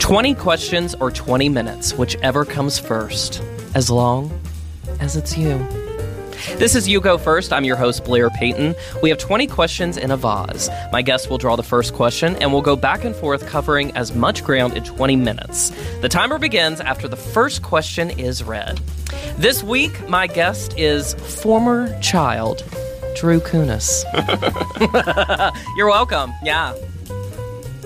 20 questions or 20 minutes, whichever comes first, as long as it's you. This is You Go First. I'm your host, Blair Payton. We have 20 questions in a vase. My guest will draw the first question, and we'll go back and forth covering as much ground in 20 minutes. The timer begins after the first question is read. This week, my guest is former child, Drew Kunis. You're welcome. Yeah.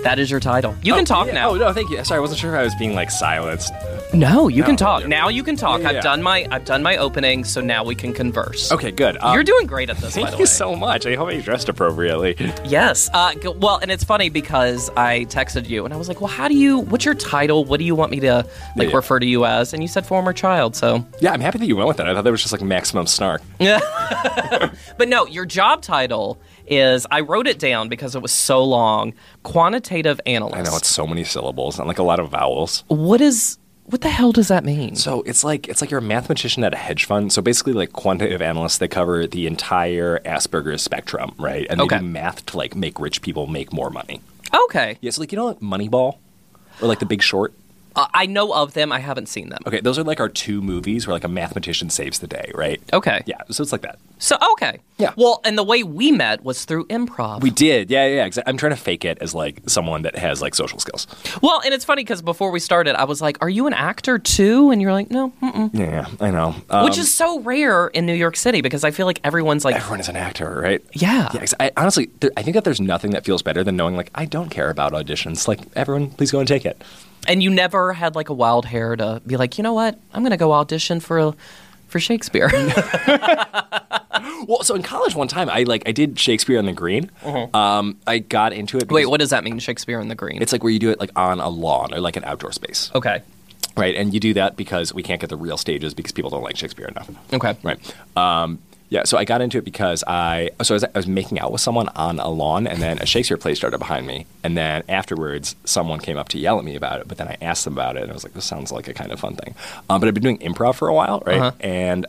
That is your title. You can talk Yeah. now. Oh no, thank you. Sorry, I wasn't sure if I was being like silenced. No, you can No. talk. Yeah. Now you can talk. Yeah, yeah, I've yeah. done my I've done my opening, so now we can converse. Okay, good. Um, You're doing great at this, by the Thank way. you so much. I hope I dressed appropriately. yes. Uh, g- well, and it's funny because I texted you and I was like, "Well, how do you? What's your title? What do you want me to like yeah. refer to you as?" And you said former child. So, Yeah, I'm happy that you went with that. I thought that was just like maximum snark. but no, your job title is I wrote it down because it was so long. Quantitative analyst. I know it's so many syllables and like a lot of vowels. what is what the hell does that mean? So it's like it's like you're a mathematician at a hedge fund. So basically, like quantitative analysts, they cover the entire Asperger's spectrum, right? And they Okay. do math to like make rich people make more money. okay, Yeah, so like you know, like Moneyball or like The Big Short. Uh, I know of them. I haven't seen them. Okay, those are like our two movies where like a mathematician saves the day, right? Okay. Yeah, so it's like that. So okay. Yeah. Well, and the way we met was through improv. We did, yeah, yeah. yeah. exa- I'm trying to fake it as like someone that has like social skills. well, and it's funny because before we started, I was like, "Are you an actor too?" And you're like, "No." Mm-mm. Yeah, I know. Um, Which is so rare in New York City because I feel like everyone's like, everyone is an actor, right? Yeah. yeah exa- I, honestly, there, I think that there's nothing that feels better than knowing like I don't care about auditions. Like everyone, please go and take it. and you never had like a wild hair to be like, you know what? I'm gonna go audition for a, for Shakespeare. Well, so in college one time, I like I did Shakespeare on the Green. Um, I got into it. Mm-hmm. Wait, because what does that mean? Shakespeare in the Green? It's like where you do it like on a lawn or like an outdoor space, okay. right? And you do that because we can't get the real stages because people don't like Shakespeare enough. Okay. Right. Um, yeah, so I got into it because I so I was, I was making out with someone on a lawn, and then a Shakespeare play started behind me, and then afterwards someone came up to yell at me about it, but then I asked them about it, and I was like, this sounds like a kind of fun thing. Um, but I've been doing improv for a while, right? Uh-huh. And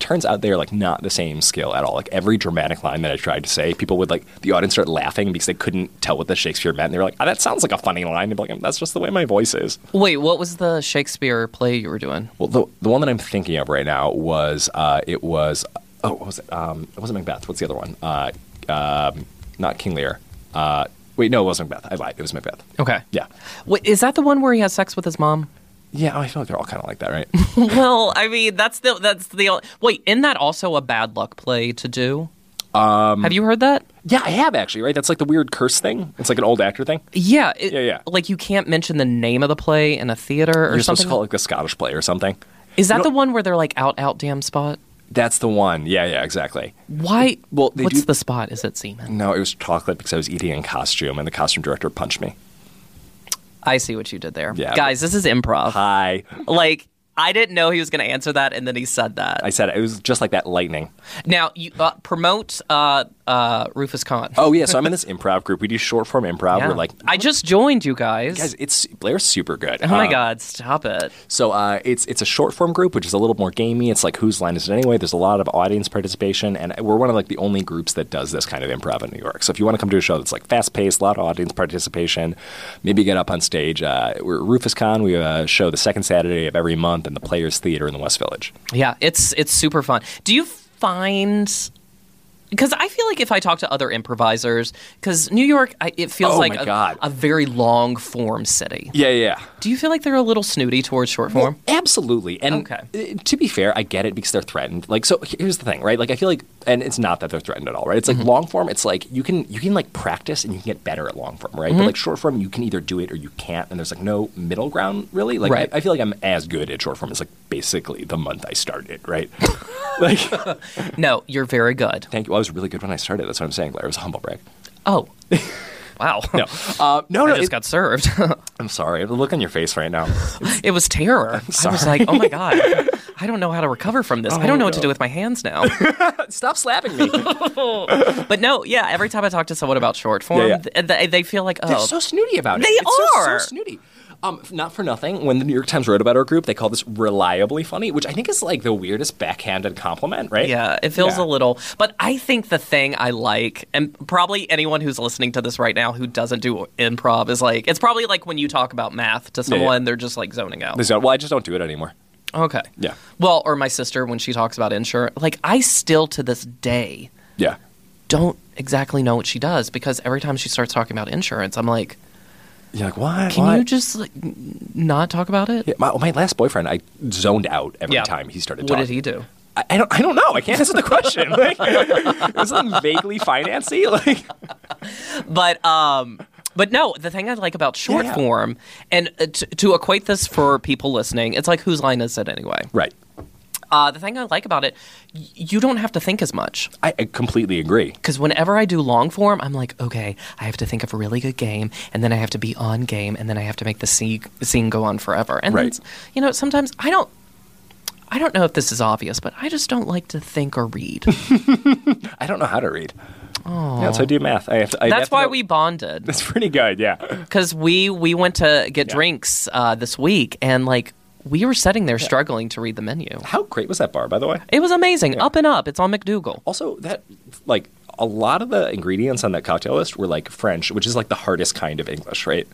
turns out they're like not the same skill at all. Like every dramatic line that I tried to say, people would like the audience started laughing because they couldn't tell what the Shakespeare meant. And they were like, oh, that sounds like a funny line. And I'd be like, that's just the way my voice is. Wait, what was the Shakespeare play you were doing? Well, the, the one that I'm thinking of right now was uh, it was oh what was it um, it wasn't Macbeth. What's the other one? Uh, um, not King Lear. Uh, wait, no, it wasn't Macbeth. I lied. It was Macbeth. Okay. Yeah, Wait, is that the one where he has sex with his mom? yeah. Oh, I feel like they're all kind of like that, right? well, I mean, that's the that's the only- wait. Isn't that also a bad luck play to do? Um, Have you heard that? yeah, I have actually. Right, that's like the weird curse thing. It's like an old actor thing. Yeah, it- Yeah, yeah. Like you can't mention the name of the play in a theater or You're supposed something. to call it like the Scottish play or something. Is that the one where they're like out, out, damn spot? That's the one. Yeah, yeah, exactly. Why? Well, they what's do- the spot? Is it Seaman? No, it was chocolate because I was eating in costume, and the costume director punched me. I see what you did there, Yeah. guys. This is improv. Hi. Like I didn't know he was going to answer that, and then he said that. I said it, it was just like that lightning. Now you uh, promote uh, uh, Rufus Kahn. Oh yeah, so I'm in this improv group. We do short form improv. Yeah. We're like I just joined you guys. guys uh, it's blair's super good Um, oh my god, stop it! so uh, it's it's a short form group which is a little more gamey it's like whose line is it anyway there's a lot of audience participation and we're one of like the only groups that does this kind of improv in new york so if you want to come to a show that's like fast paced a lot of audience participation maybe get up on stage uh, we're at rufus con we have a show the second saturday of every month in the players theater in the west village Yeah, it's it's super fun. Do you find because I feel like if I talk to other improvisers, because New York, I, it feels Oh like my a, God. a very long form city. yeah yeah Do you feel like they're a little snooty towards short form? Absolutely. And Okay. uh, to be fair, I get it because they're threatened. Like so here's the thing, right? Like I feel like and it's not that they're threatened at all, right? It's Mm-hmm. like long form, it's like you can you can like practice and you can get better at long form, right? Mm-hmm. But like short form, you can either do it or you can't and there's like no middle ground really. Like Right. I, I feel like I'm as good at short form as like basically the month I started, right? like no, you're very good. thank you. I was really good when I started. That's what I'm saying, Blair. It was a humble brag. Oh, wow! No. Uh, no, I no. just it- got served. I'm sorry. The look on your face right now. it was terror. I was like, oh my god, I don't know how to recover from Oh this. I don't know what to do with my hands now. Stop slapping me. but no, yeah, every time I talk to someone about short form, Yeah, yeah. th- they, they feel like, oh, They're so snooty about it. They It's just are. so snooty. Um, f- not for nothing, when the New York Times wrote about our group, they called this reliably funny, which I think is like the weirdest backhanded compliment, right? Yeah, it feels Yeah. a little. But I think the thing I like, and probably anyone who's listening to this right now who doesn't do improv is like, it's probably like when you talk about math to someone, they're just like zoning out. They said, Well, I just don't do it anymore. Okay. Yeah. Well, or my sister when she talks about insurance, like I still to this day Yeah. don't exactly know what she does because every time she starts talking about insurance, I'm like, You're like, why? can why? you just like n- not talk about it? Yeah, my, my last boyfriend, I zoned out every Yeah. time he started What talking. did he do? I, I don't. I don't know. I can't answer the question. Like, it was something vaguely financy. Like, but um but no the thing i like about short yeah. form and uh, t- to equate this for people listening it's like whose line is it anyway right. uh, the thing i like about it y- you don't have to think as much I, I completely agree. because whenever i do long form i'm like okay i have to think of a really good game and then i have to be on game and then i have to make the scene, scene go on forever and Right. that's- you know sometimes i don't i don't know if this is obvious but i just don't like to think or read I don't know how to read. Oh. Yeah, so I do math. I have to. I have that's to why know- we bonded It's pretty good. Yeah. because we we went to get Yeah. drinks uh, this week and like we were sitting there struggling to read the menu How great was that bar, by the way? it was amazing up and up it's on mcdougal Also, that like a lot of the ingredients on that cocktail list were like French, which is like the hardest kind of English, right?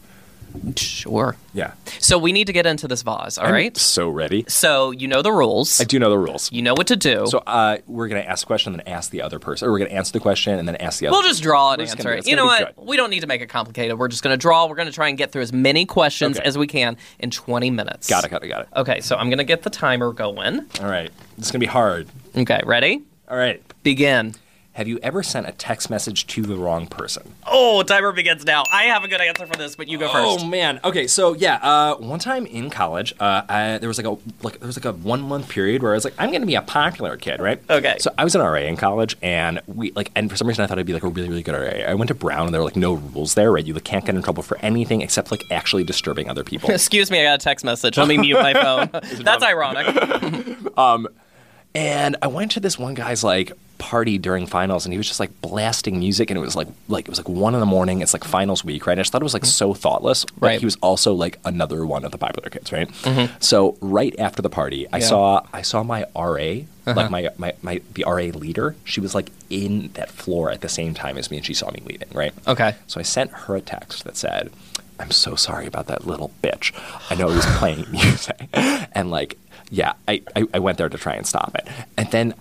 sure Yeah. so we need to get into this vase all right. So ready. so you know the rules I do know the rules. you know what to do So uh, we're gonna ask a question, and then ask the other person, or we're gonna answer the question and then ask the other. We'll just draw an We're just answer. gonna do it. It's you know gonna be what? We don't need to make it complicated. We're just going to draw. We're going to try and get through as many questions Okay. as we can in 20 minutes. Got it. Got it. Got it. Okay, so I'm going to get the timer going. All right. It's gonna be hard. Okay, ready? All right. Begin. Have you ever sent a text message to the wrong person? Oh, timer begins now. I have a good answer for this, but you go first. Oh man. Okay. So yeah, uh, one time in college, uh, I, there was like a like there was like a one month period where I was like, I'm gonna be a popular kid, right? Okay. So I was an RA in college, and we like, and for some reason I thought I'd be like a really really good RA. I went to Brown, and there were like no rules there, right? You like, can't get in trouble for anything except like actually disturbing other people. Excuse me, I got a text message. Let me mute my phone. That's ironic. And I went to this one guy's like party during finals, and he was just like blasting music, and it was like like it was like one in the morning. It's like finals week, right? And I just thought it was like so thoughtless. but Right. He was also like another one of the popular kids, right? So right after the party, I saw I saw my RA. Like my, my my the RA leader, she was like in that floor at the same time as me, and she saw me leaving, right? Okay. So I sent her a text that said, I'm so sorry about that little bitch. I know he was playing music. And like, yeah, I, I, I went there to try and stop it. And then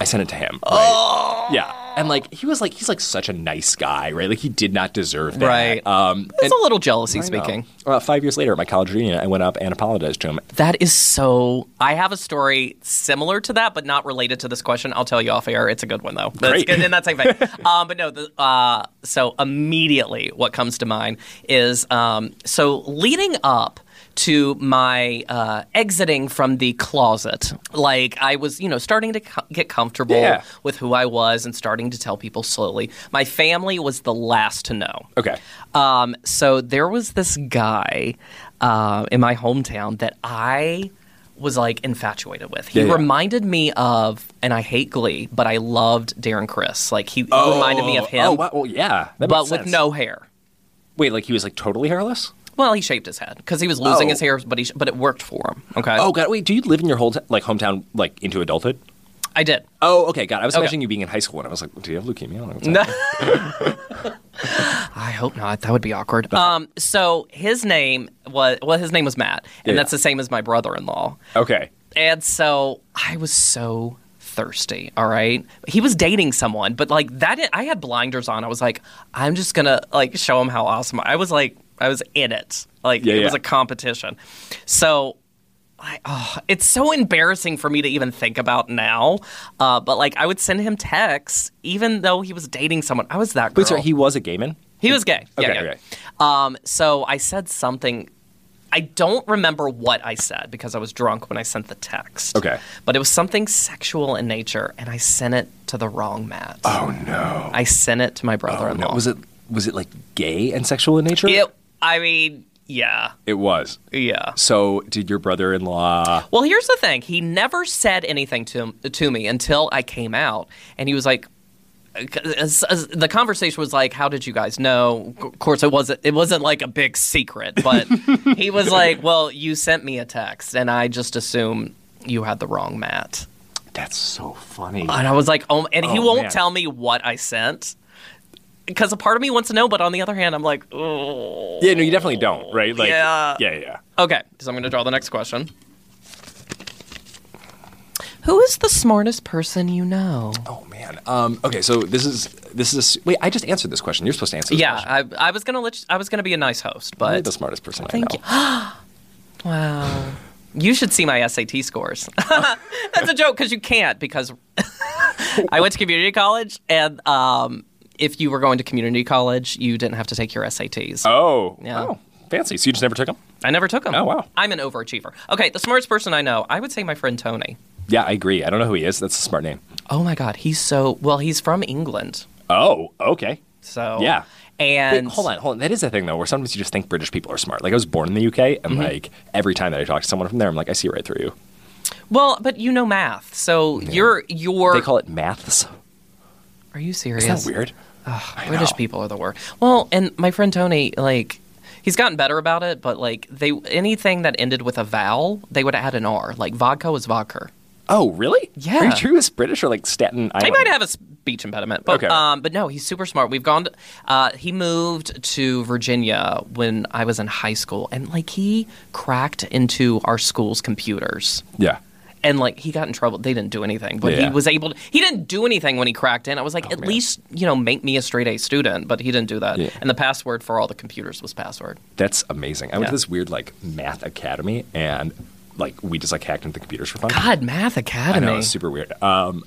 I sent it to him. Right? Yeah. And like he was like he's like such a nice guy, right? Like he did not deserve that. Right. Um It's a little jealousy I know. speaking. Uh, five years later at my college reunion, I went up and apologized to him. That is so. I have a story similar to that, but not related to this question. I'll tell you off air. It's a good one though. That's Great. good in that same vein. um, but no. The, uh, so immediately, what comes to mind is um, so leading up to my uh, exiting from the closet, like I was, you know, starting to co- get comfortable Yeah. with who I was and starting to tell people slowly. My family was the last to know. Okay. Oh, Um, so there was this guy uh, in my hometown that I was like infatuated with. He Yeah, yeah. reminded me of, and I hate Glee, but I loved Darren Chris. Like he reminded me of him, Oh, wow. well, yeah. That but makes with sense. no hair. Wait, like he was like totally hairless? Well, he shaved his head because he was losing Oh. his hair, but he sh- but it worked for him. Okay, Oh god, wait, do you live in your whole t- like hometown like into adulthood? I did. Oh, okay, got it. I was imagining you being in high school, and I was like, "Do you have leukemia?" I don't know what's happening. I hope not. That would be awkward. Um, so his name was well, his name was Matt, and Yeah. that's the same as my brother-in-law. Okay, And so I was so thirsty. All right. He was dating someone, but like that, I had blinders on. I was like, I'm just going to like show him how awesome I was. Like, I was in it. Like, Yeah, it was yeah. a competition. So. I, oh, it's so embarrassing for me to even think about now, uh, but like I would send him texts even though he was dating someone. I was that girl. but sorry, he was a gay man. He was gay. Yeah, Okay, yeah. okay. Um, so I said something. I don't remember what I said because I was drunk when I sent the text. Okay. But it was something sexual in nature, and I sent it to the wrong Matt. Oh no! I sent it to my brother-in-law. Was it was it like gay and sexual in nature? It- I mean, yeah, It was. yeah. So did your brother-in-law? Well, here's the thing. He never said anything to to me until I came out, and he was like, as- as- the conversation was like, "How did you guys know?" Of course, it wasn't. It wasn't like a big secret, but he was like, "Well, you sent me a text, and I just assume you had the wrong mat." That's so funny. And I was like, "Oh!" And he Oh, won't man. tell me what I sent because a part of me wants to know, but on the other hand, I'm like, "Oh." yeah, no, you definitely don't, right? Like, Yeah. yeah, yeah. Okay, so I'm going to draw the next question. Who is the smartest person you know? Oh man. Um, okay, so this is this is a, wait. I just answered this question. You're supposed to answer. This Yeah, question. I, I was gonna let you, I was gonna be a nice host, You're but the smartest person I know. Thank wow, you should see my SAT scores. That's a joke because you can't because I went to community college and um, if you were going to community college, you didn't have to take your SATs. Oh, Yeah. oh, fancy. So you just never took them? I never took them. Oh, wow. I'm an overachiever. Okay, the smartest person I know, I would say my friend Tony. Yeah, I agree. I don't know who he is. That's a smart name. Oh my God, he's so well. He's from England, Oh, okay. so Yeah. Wait, And hold on, hold on. That is a thing though, where sometimes you just think British people are smart. Like I was born in the UK, and Mm-hmm. like every time that I talk to someone from there, I'm like, I see right through you. Well, but you know math, so you're you're. They call it maths. are you serious? Isn't that weird? I British know. people are the worst. Well, and my friend Tony, like, he's gotten better about it, but like they anything that ended with a vowel, they would add an R. Like vodka was vodka. Oh, really? Yeah. Are you true as British or like Staten Island? He might have a speech impediment, but Okay. um, but no, he's super smart. We've gone. To, uh, he moved to Virginia when I was in high school, and like he cracked into our school's computers. Yeah. and like he got in trouble. They didn't do anything, but Yeah. Oh, he was able. To, he didn't do anything when he cracked in. I was like, at man. least you know, make me a straight A student. But he didn't do that. Yeah. And the password for all the computers was password. That's amazing. I went Yeah. to this weird like math academy, and like we just like hacked into the computers for fun. God, Math I Academy. know, it's super weird. Um,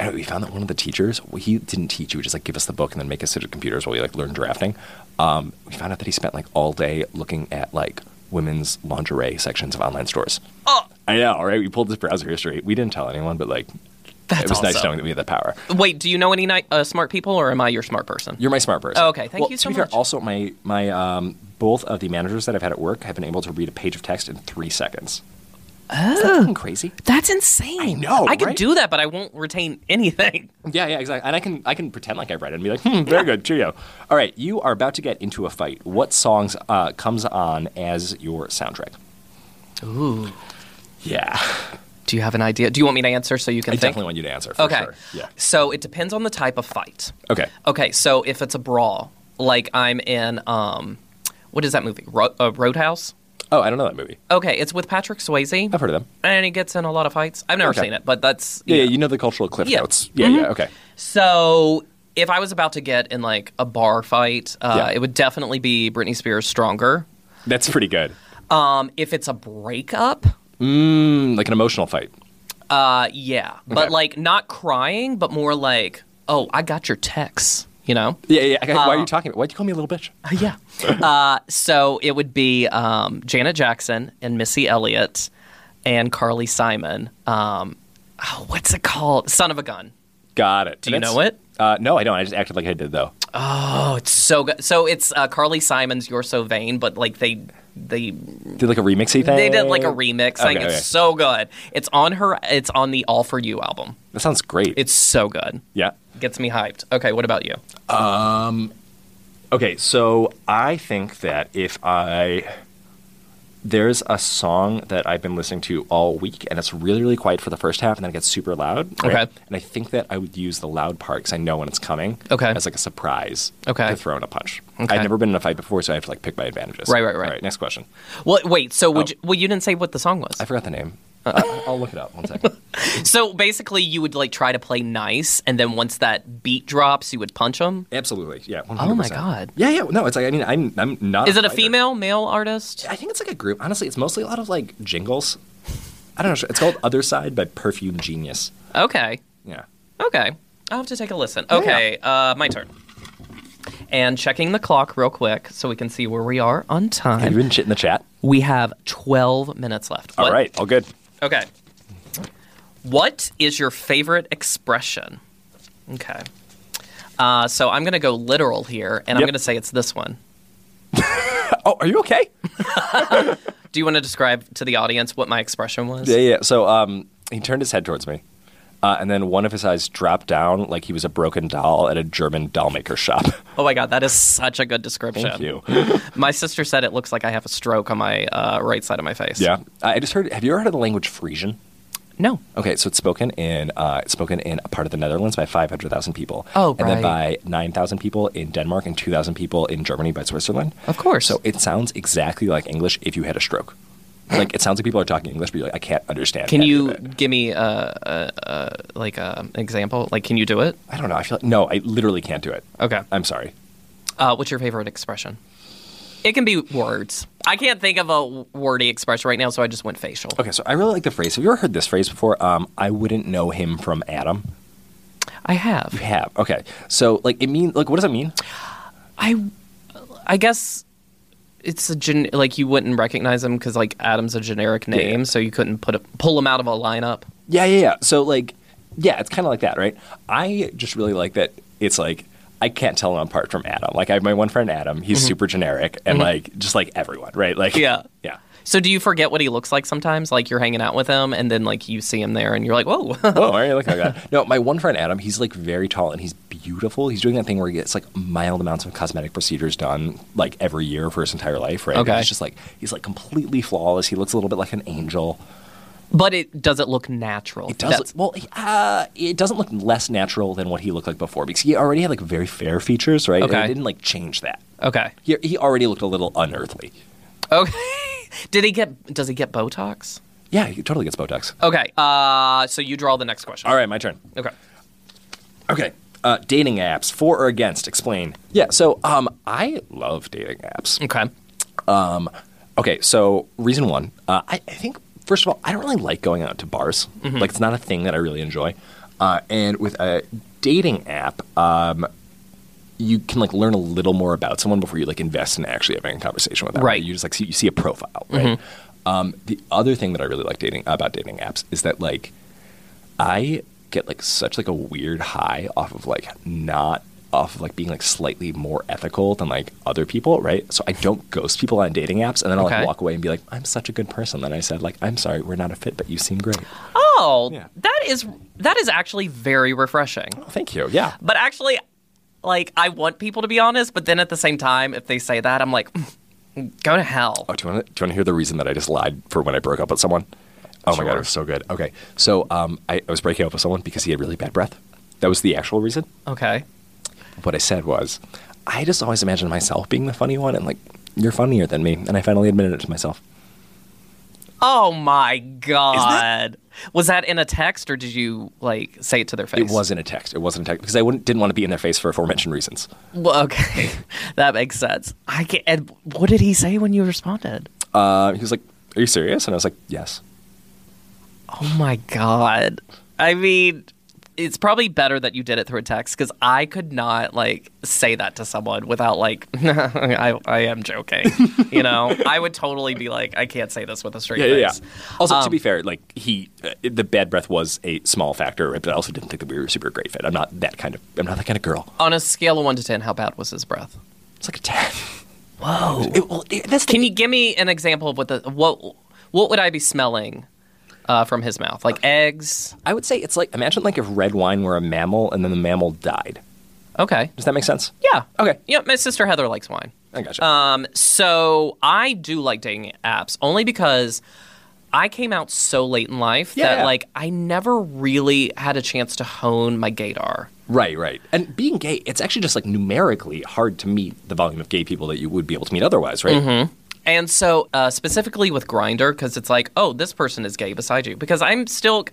and we found that one of the teachers, well, he didn't teach. He would just like give us the book and then make us sit at computers while we like learned drafting. Um, we found out that he spent like all day looking at like women's lingerie sections of online stores. oh, I know, right? We pulled this browser history. We didn't tell anyone, but like, that's it was nice awesome. knowing that we had the power. Wait, do you know any ni- uh, smart people, or am I your smart person? You're my smart person. Oh, okay. Thank Well, you to so be fair, much. also my my um, both of the managers that I've had at work have been able to read a page of text in three seconds. Is Oh. that fucking crazy? that's insane. I know, I could right? do that, but I won't retain anything. Yeah, yeah, exactly. And I can I can pretend like I've read it and be like, hmm, very good, cheerio. All right, you are about to get into a fight. What songs uh, comes on as your soundtrack? Ooh. Yeah, Do you have an idea? Do you want me to answer so you I can think? definitely want you to answer. For okay. Sure. Yeah. So it depends on the type of fight. Okay. Okay, so if it's a brawl, like I'm in, um, what is that movie? Ro- uh, Roadhouse. Oh, I don't know that movie. Okay, it's with Patrick Swayze, I've heard of them. and he gets in a lot of fights. I've never Okay. seen it, but that's Yeah, yeah. you know the cultural cliff Yeah. notes. Mm-hmm. Yeah, yeah. Okay. So if I was about to get in like a bar fight, uh, Yeah. it would definitely be Britney Spears "Stronger." That's pretty good. Um, if it's a breakup, Mm, like an emotional fight. uh, yeah, but Okay. like not crying, but more like, "Oh, I got your text," you know. Yeah, yeah. okay, Why are you talking about? Why'd you call me a little bitch? Uh, yeah. Uh, so it would be um, Janet Jackson and Missy Elliott and Carly Simon. Um, oh, what's it called? Son of a Gun. Got it. Do you know it? Uh, no, I don't. I just acted like I did though. Oh, it's so good. So it's uh, Carly Simon's "You're So Vain," but like they they Did like a remixy thing. they did like a remix. Like Okay, it's okay. so good. It's on her. It's on the All for You album. That sounds great. It's so good. yeah. Gets me hyped. Okay, what about you? Okay, so I think that if I there's a song that I've been listening to all week, and it's really really quiet for the first half, and then it gets super loud. Okay. and I think that I would use the loud part because I know when it's coming. Okay. as like a surprise. Okay. to throw in a punch. Okay. I've never been in a fight before, so I have to like pick my advantages. Right, right, right. All right, next question. Well, wait. So would Oh. you, well you didn't say what the song was. I forgot the name. Uh, I'll look it up. One second. So basically, you would like try to play nice, and then once that beat drops, you would punch them. Absolutely. Yeah. 100%. Oh my God. Yeah, yeah. No, it's like I mean I'm I'm not. Is it a fighter. female, male artist? I think it's like a group. Honestly, it's mostly a lot of like jingles. I don't know. It's called Other Side by Perfume Genius. Okay, Yeah. okay. I'll have to take a listen. Okay, uh, my turn. And checking the clock real quick so we can see where we are on Have time. you been shit in the chat? We have 12 minutes left. All What- right, all good. Okay. What is your favorite expression? Okay. Uh, so I'm going to go literal here, and I'm Yep. going to say it's this one. Oh, are you okay? Do you want to describe to the audience what my expression was? yeah, yeah. So, um, he turned his head towards me. Uh, and then one of his eyes dropped down like he was a broken doll at a German doll maker shop. Oh my god, that is such a good description. Thank you. My sister said it looks like I have a stroke on my uh, right side of my face. yeah. I just heard. Have you ever heard of the language Frisian? No. Okay, so it's spoken in uh, it's spoken in a part of the Netherlands by 500,000 people. Oh, And then by right. 9,000 people in Denmark and 2,000 people in Germany by Switzerland. Of course. So it sounds exactly like English if you had a stroke. Like it sounds like people are talking English, but you're like, I can't understand. Can any of you it." give me a, a, a like a example? Like, can you do it? I don't know. I feel like no. I literally can't do it. Okay. I'm sorry. Uh, what's your favorite expression? It can be words. I can't think of a wordy expression right now, so I just went facial. Okay, so I really like the phrase. Have you ever heard this phrase before? Um, I wouldn't know him from Adam. I have. Have okay. So like it mean like what does it mean? I, I guess it's a gen- like you wouldn't recognize him because like Adam's a generic name, so you couldn't put a, pull him out of a lineup. Yeah, yeah, yeah. So like, yeah, it's kind of like that, right? I just really like that. It's like I can't tell them apart from Adam. Like I have my one friend Adam. He's super generic and like just like everyone, right? Like Mm-hmm. Yeah. yeah. So do you forget what he looks like sometimes? Like you're hanging out with him, and then like you see him there, and you're like, whoa. Oh, all right, look at that. No, my one friend Adam, he's like very tall and he's beautiful. He's doing that thing where he gets like mild amounts of cosmetic procedures done like every year for his entire life, right? And Okay. He's just like he's like completely flawless. He looks a little bit like an angel. but it does it look natural? It does That's- well. he- Uh, it doesn't look less natural than what he looked like before because he already had like very fair features, right? And Okay. it didn't like change that. okay. He, he already looked a little unearthly. Okay. Did he get? Does he get Botox? Yeah, he totally gets Botox. Okay. Uh, so you draw the next question. All right, my turn. Okay. Okay. Uh, dating apps, for or against? Explain. Yeah. So, um, I love dating apps. Okay. Okay, so reason one, uh, I, I think first of all, I don't really like going out to bars. Like it's not a thing that I really enjoy. Uh, and with a dating app, um, you can like learn a little more about someone before you like invest in actually having a conversation with them. Right. You just like see, you see a profile, right? Um, the other thing that I really like dating about dating apps is that like I get like such like a weird high off of like not off of like being like slightly more ethical than like other people, right? So I don't ghost people on dating apps and then I'll Okay. like walk away and be like, I'm such a good person. Then I said like, I'm sorry, we're not a fit, but you seem great. Oh, Yeah. that is that is actually very refreshing. Oh, thank you. Yeah. But actually, like I want people to be honest, but then at the same time, if they say that, I'm like, "Mm, go to hell. Oh, do you want to do you want to hear the reason that I just lied for when I broke up with someone? Oh my god, Sure. it was so good. Okay, so um, I, I was breaking up with someone because he had really bad breath. That was the actual reason. Okay. what I said was, I just always imagined myself being the funny one, and like, you're funnier than me. And I finally admitted it to myself. Oh my god. Was that in a text or did you like say it to their face? It wasn't a text. It wasn't a text because I wouldn't, didn't want to be in their face for aforementioned reasons. Well, okay, that makes sense. I can And what did he say when you responded? Uh, he was like, Are you serious? And I was like, Yes. Oh my god. I mean, it's probably better that you did it through a text because I could not like say that to someone without like I, I am joking. you know, I would totally be like, I can't say this with a straight face. Also, Um, to be fair, like he, uh, the bad breath was a small factor, right? but I also didn't think that we were a super great fit. I'm not that kind of. I'm not that kind of girl. On a scale of one to ten, how bad was his breath? It's like a ten. Whoa. It- well, it- that's the- Can you give me an example of what the what what would I be smelling uh, from his mouth? Like eggs. I would say it's like imagine like if red wine were a mammal and then the mammal died. Okay. Does that make sense? Yeah. Okay. Yeah, my sister Heather likes wine. I gotcha. Um, so I do like dating apps only because I came out so late in life Yeah. that like I never really had a chance to hone my gaydar. Right, right. And being gay, it's actually just like numerically hard to meet the volume of gay people that you would be able to meet otherwise, Mm-hmm. right? And so, uh, specifically with Grinder, because it's like, oh, this person is gay beside you. Because I'm still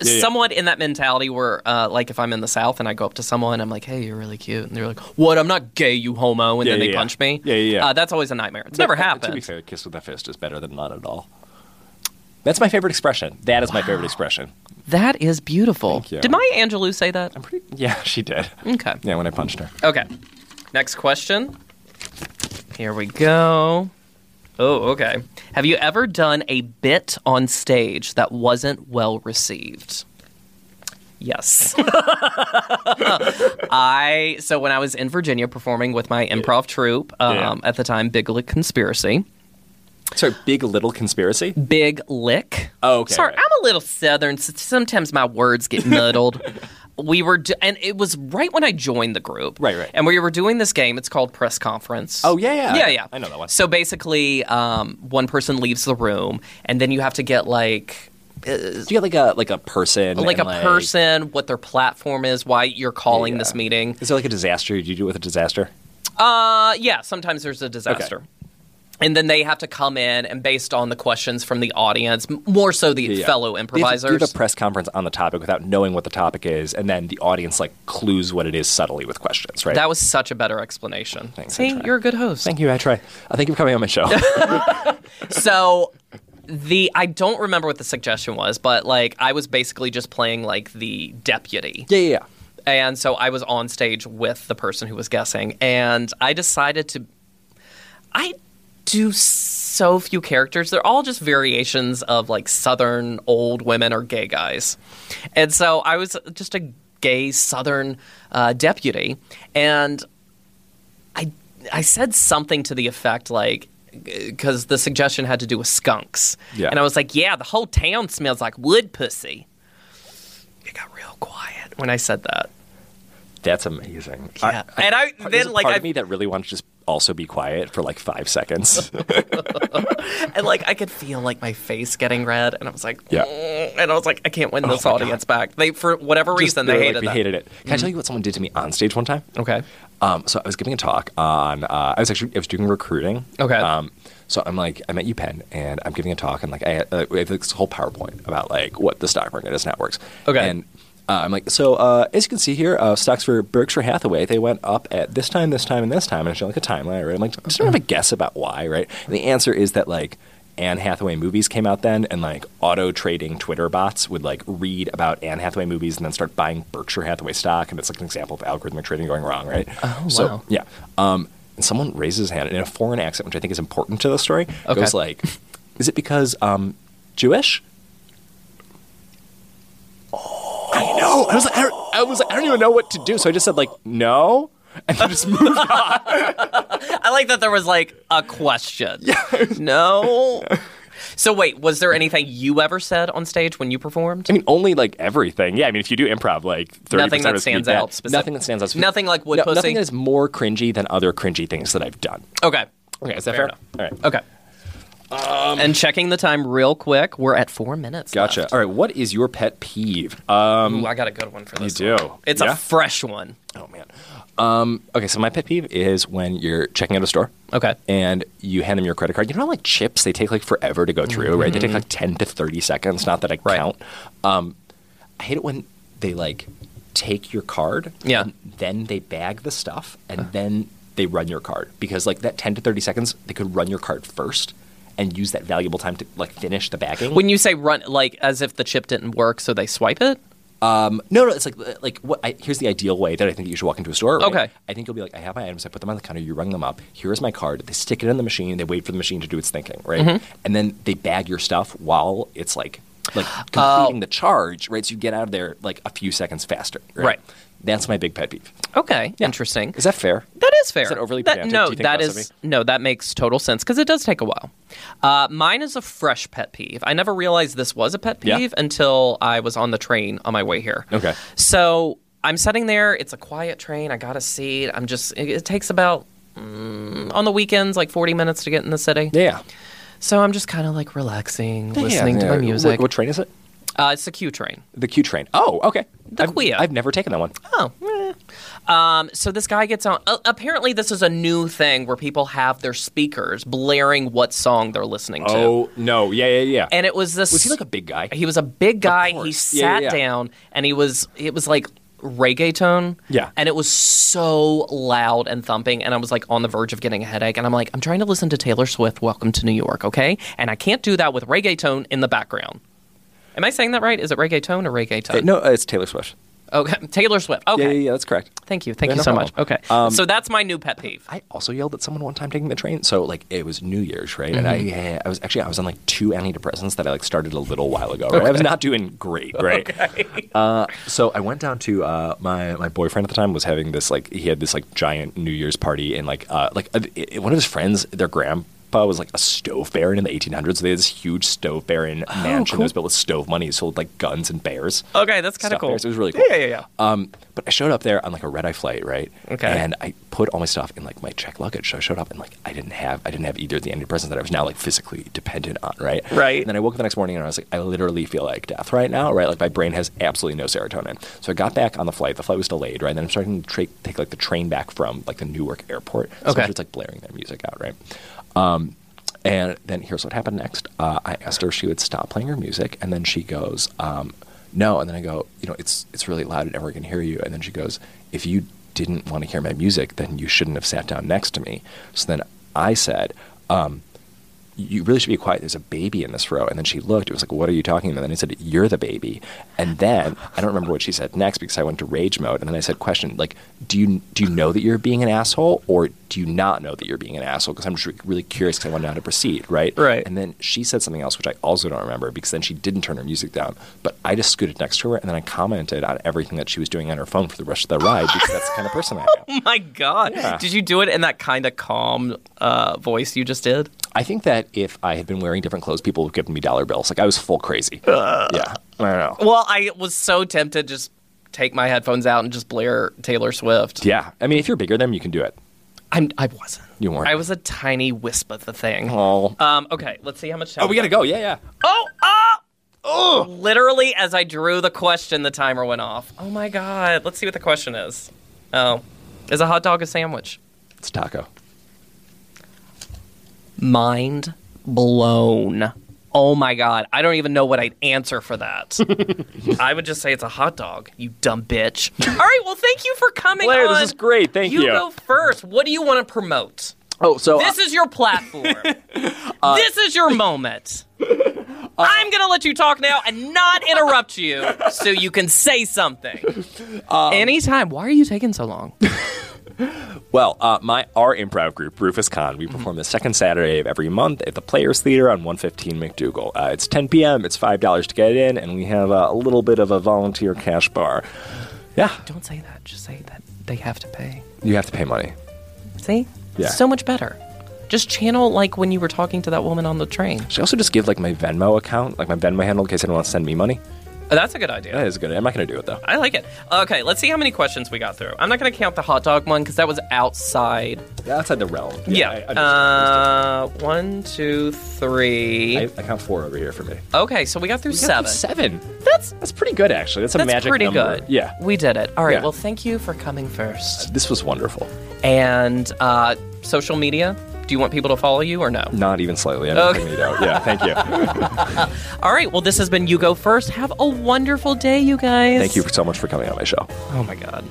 yeah. somewhat in that mentality where, uh, like, if I'm in the South and I go up to someone, I'm like, hey, you're really cute. And they're like, what? I'm not gay, you homo. And Yeah, then yeah, they yeah. punch me. Yeah, yeah, yeah. Uh, that's always a nightmare. It's never But, uh, happened. To be fair, kiss with a fist is better than none at all. That's my favorite expression. That is my favorite expression. That is beautiful. you. Did my Angelou say that? I'm pretty. Yeah, she did. Okay. Yeah, when I punched her. Okay. Next question. Here we go. Oh, okay. Have you ever done a bit on stage that wasn't well received? Yes. I so when I was in Virginia performing with my improv troupe um, Yeah. at the time, Big Lick Conspiracy, Sorry, big little conspiracy. Big Lick. Oh, okay, Sorry, right. I'm a little southern. s sometimes my words get muddled. we were, do- and it was right when I joined the group. Right, right. And we were doing this game. It's called Press Conference. Oh, yeah, yeah. Yeah, yeah. I know that one. So basically, um, one person leaves the room, and then you have to get like. Do you get like a like a person? Like a and, person, what their platform is, why you're calling Yeah. this meeting. Is there like a disaster? Do you do it with a disaster? Uh, yeah, sometimes there's a disaster. And then they have to come in and based on the questions from the audience, m- more so the Yeah. fellow They have to improvisers. give a press conference on the topic without knowing what the topic is, and then the audience like clues what it is subtly with questions, right? That was such a better explanation. Thanks, I See, try. you're a good host. Thank you, I try. Uh, thank you for coming on my show. so the I don't remember what the suggestion was, but like I was basically just playing like the deputy. yeah, yeah, yeah. And so I was on stage with the person who was guessing and I decided to I do so few characters. They're all just variations of like southern old women or gay guys. And so I was just a gay southern uh, deputy and I I said something to the effect like because the suggestion had to do with skunks, Yeah. and I was like, "Yeah, the whole town smells like wood pussy." It got real quiet when I said that. That's amazing. Yeah. and I there's then a like part I of me that really wants to just also be quiet for like five seconds. and like I could feel like my face getting red, and I was like, Yeah. Oh "Mm," and I was like, I can't win this my God. audience back. They for whatever Just reason they really, hated like, we that. Mm-hmm. hated it. Can I tell you what someone did to me on stage one time? Okay, Um, so I was giving a talk on. Uh, I was actually I was doing recruiting. Okay. Um, so I'm like I'm at UPenn and I'm giving a talk and like I, uh, we have this whole PowerPoint about like what the stock market is and how it works. Okay. And uh, I'm like, so uh, as you can see here, uh, stocks for Berkshire Hathaway they went up at this time, this time, and this time, and I show like a timeline. Right. I'm like, just don't have a guess about why, right? And the answer is that like. Anne Hathaway movies came out then, and like auto trading Twitter bots would like read about Anne Hathaway movies and then start buying Berkshire Hathaway stock, and it's like an example of algorithmic trading going wrong, right? Oh, so, wow. yeah. Um, and someone raises his hand in a foreign accent, which I think is important to the story. Okay. Goes like, "Is it because um, Jewish?" I know. I was like, I, don't- I was like, I don't even know what to do. So I just said like, "No," and then just moved. on. I like that there was like a question. No. So wait, was there anything you ever said on stage when you performed? I mean, only like everything. Yeah, I mean, if you do improv, like thirty Nothing that of it's stands feedback. out specific- Nothing that stands out. specific- Nothing like wood No, pussy? Nothing that is more cringy than other cringy things that I've done. Okay. Okay, is that Fair fair? enough. All right. Okay. and checking the time real quick, we're at four minutes. Gotcha. left. All right. What is your pet peeve? Ooh, I got a good one for this. do. one. It's Yeah? a fresh one. Oh man. Um, okay, so my pet peeve is when you're checking out a store Okay. and you hand them your credit card. You know how like chips they take like forever to go through, right? They take like ten to thirty seconds. Not that I Right. count. Um, I hate it when they like take your card. Yeah. and then they bag the stuff and then they run your card because like that ten to thirty seconds they could run your card first and use that valuable time to like finish the bagging. When you say run, like as if the chip didn't work, so they swipe it. No, no, it's like like what I, here's the ideal way that I think you should walk into a store. right? Okay. I think you'll be like, I have my items, I put them on the counter, you rung them up. Here is my card. They stick it in the machine. They wait for the machine to do its thinking, right? Mm-hmm. And then they bag your stuff while it's like like Uh, completing the charge, right? So you get out of there like a few seconds faster, right? Right. That's my big pet peeve. Okay, interesting. Is that fair? That is fair. that overly That, pedantic? no, Do you think that that's is no. That makes total sense because it does take a while. Uh, mine is a fresh pet peeve. I never realized this was a pet Yeah. peeve until I was on the train on my way here. Okay. So I'm sitting there. It's a quiet train. I got a seat. I'm just. It, it takes about mm, on the weekends like 40 minutes to get in the city. Yeah. So I'm just kind of like relaxing, Yeah, listening to yeah. my What- music. What, train is it? uh, it's a Q train. The Q train. Oh, okay. The I've, Quia. I've never taken that one. Oh. eh. Um, so this guy gets on. Uh, apparently, this is a new thing where people have their speakers blaring what song they're listening to. no. Yeah, yeah, yeah. And it was this. Oh. was he like a big guy? He was a big guy. He course. sat Yeah, yeah, yeah. down, and he was. It was like reggaeton. Yeah. And it was so loud and thumping, and I was like on the verge of getting a headache. And I'm like, I'm trying to listen to Taylor Swift, "Welcome to New York," okay? And I can't do that with reggaeton in the background. Am I saying that right? Is it reggaeton or reggaeton? no, uh, it's Taylor Swift. Okay, Taylor Swift. Okay. Yeah, yeah, yeah. That's correct. Thank you. Thank Yeah, you no so problem. Um, much. Okay. so that's my new pet peeve. I also yelled at someone one time taking the train. So like it was New Year's, right? And I, yeah, I was actually I was on like two antidepressants that I like started a little while ago. Right? I was not doing great, right? Uh, so I went down to uh, my my boyfriend at the time was having this like he had this like giant New Year's party and like uh, like uh, it- it- one of his friends their grandparents was like a stove baron in the 1800s. They had this huge stove baron mansion that was built with stove money. It sold like guns and bears. Okay, that's kind of Stuff cool. bears. It was really cool. Yeah, yeah, yeah, yeah. Um, but I showed up there on like a red eye flight, right? Okay. And I put all my stuff in like my check luggage. So I showed up and like I didn't have I didn't have either of the antidepressants that I was now like physically dependent on, right? Right. And then I woke up the next morning and I was like, I literally feel like death right now, right? Like my brain has absolutely no serotonin. So I got back on the flight. The flight was delayed, right? And then I'm starting to tra- take like the train back from like the Newark airport. So Okay. It's like blaring their music out, right? Um, and then here's what happened next. Uh, I asked her if she would stop playing her music, and then she goes, um, "No." And then I go, "You know, it's it's really loud, and everyone can hear you." And then she goes, "If you didn't want to hear my music, then you shouldn't have sat down next to me." So then I said, um, "You really should be quiet. There's a baby in this row." And then she looked. It was like, "What are you talking about?" And then I said, "You're the baby." And then I don't remember what she said next because I went to rage mode. And then I said, "Question: Like, do you do you know that you're being an asshole, or do you not know that you're being an asshole?" Because I'm just re- really curious because I want to know how to proceed, right? Right. And then she said something else, which I also don't remember because then she didn't turn her music down. But I just scooted next to her and then I commented on everything that she was doing on her phone for the rest of the ride because that's the kind of person I am. Oh my god! Yeah. Did you do it in that kind of calm uh, voice you just did? I think that if I had been wearing different clothes, people would have given me dollar bills. Like I was full crazy. yeah, I don't know. Well, I was so tempted to just take my headphones out and just blare Taylor Swift. Yeah, I mean, if you're bigger than them, you can do it. I'm, I wasn't. You weren't. I was a tiny wisp of the thing. Oh, Um, okay, let's see how much time. oh, we gotta go. Yeah, yeah. Oh, ah! Oh! Literally, as I drew the question, the timer went off. Oh my god. Let's see what the question is. Oh. Is a hot dog a sandwich? It's taco. Mind blown. Oh my god. I don't even know what I'd answer for that. I would just say it's a hot dog, you dumb bitch. All right, well, thank you for coming Blair, on. this is great. Thank you. You go first. What do you want to promote? Oh, so This is your platform. Uh, this is your moment. I'm going to let you talk now and not interrupt you so you can say something. Um, Anytime. Why are you taking so long? Well, uh, my our improv group, Rufus Con, we perform the second Saturday of every month at the Players Theater on 115 McDougal. Uh, it's 10 p.m. It's five dollars to get in, and we have uh, a little bit of a volunteer cash bar. Yeah, Don't say that. Just say that they have to pay. you have to pay money. See? Yeah. So much better. Just channel like when you were talking to that woman on the train. Should I also just give like my Venmo account, like my Venmo handle, in case anyone wants to send me money? Oh, that's a good idea. That is good. I'm not going to do it though. I like it. Okay, let's see how many questions we got through. I'm not going to count the hot dog one because that was outside. Yeah, outside the realm. Yeah. I, I, just- uh, one, two, three. I, I count four over here for me. okay, so we got through Yeah, seven. Seven. That's That's pretty good actually. That's a that's magic pretty number. good. Yeah. we did it. All right. Yeah. Well, thank you for coming first. This was wonderful. And uh, social media. Do you want people to follow you or no? Not even slightly. I'm Okay. okay. it out. Yeah. Thank you. All right. Well, this has been you go first. Have a wonderful day, you guys. Thank you so much for coming on my show. Oh my God.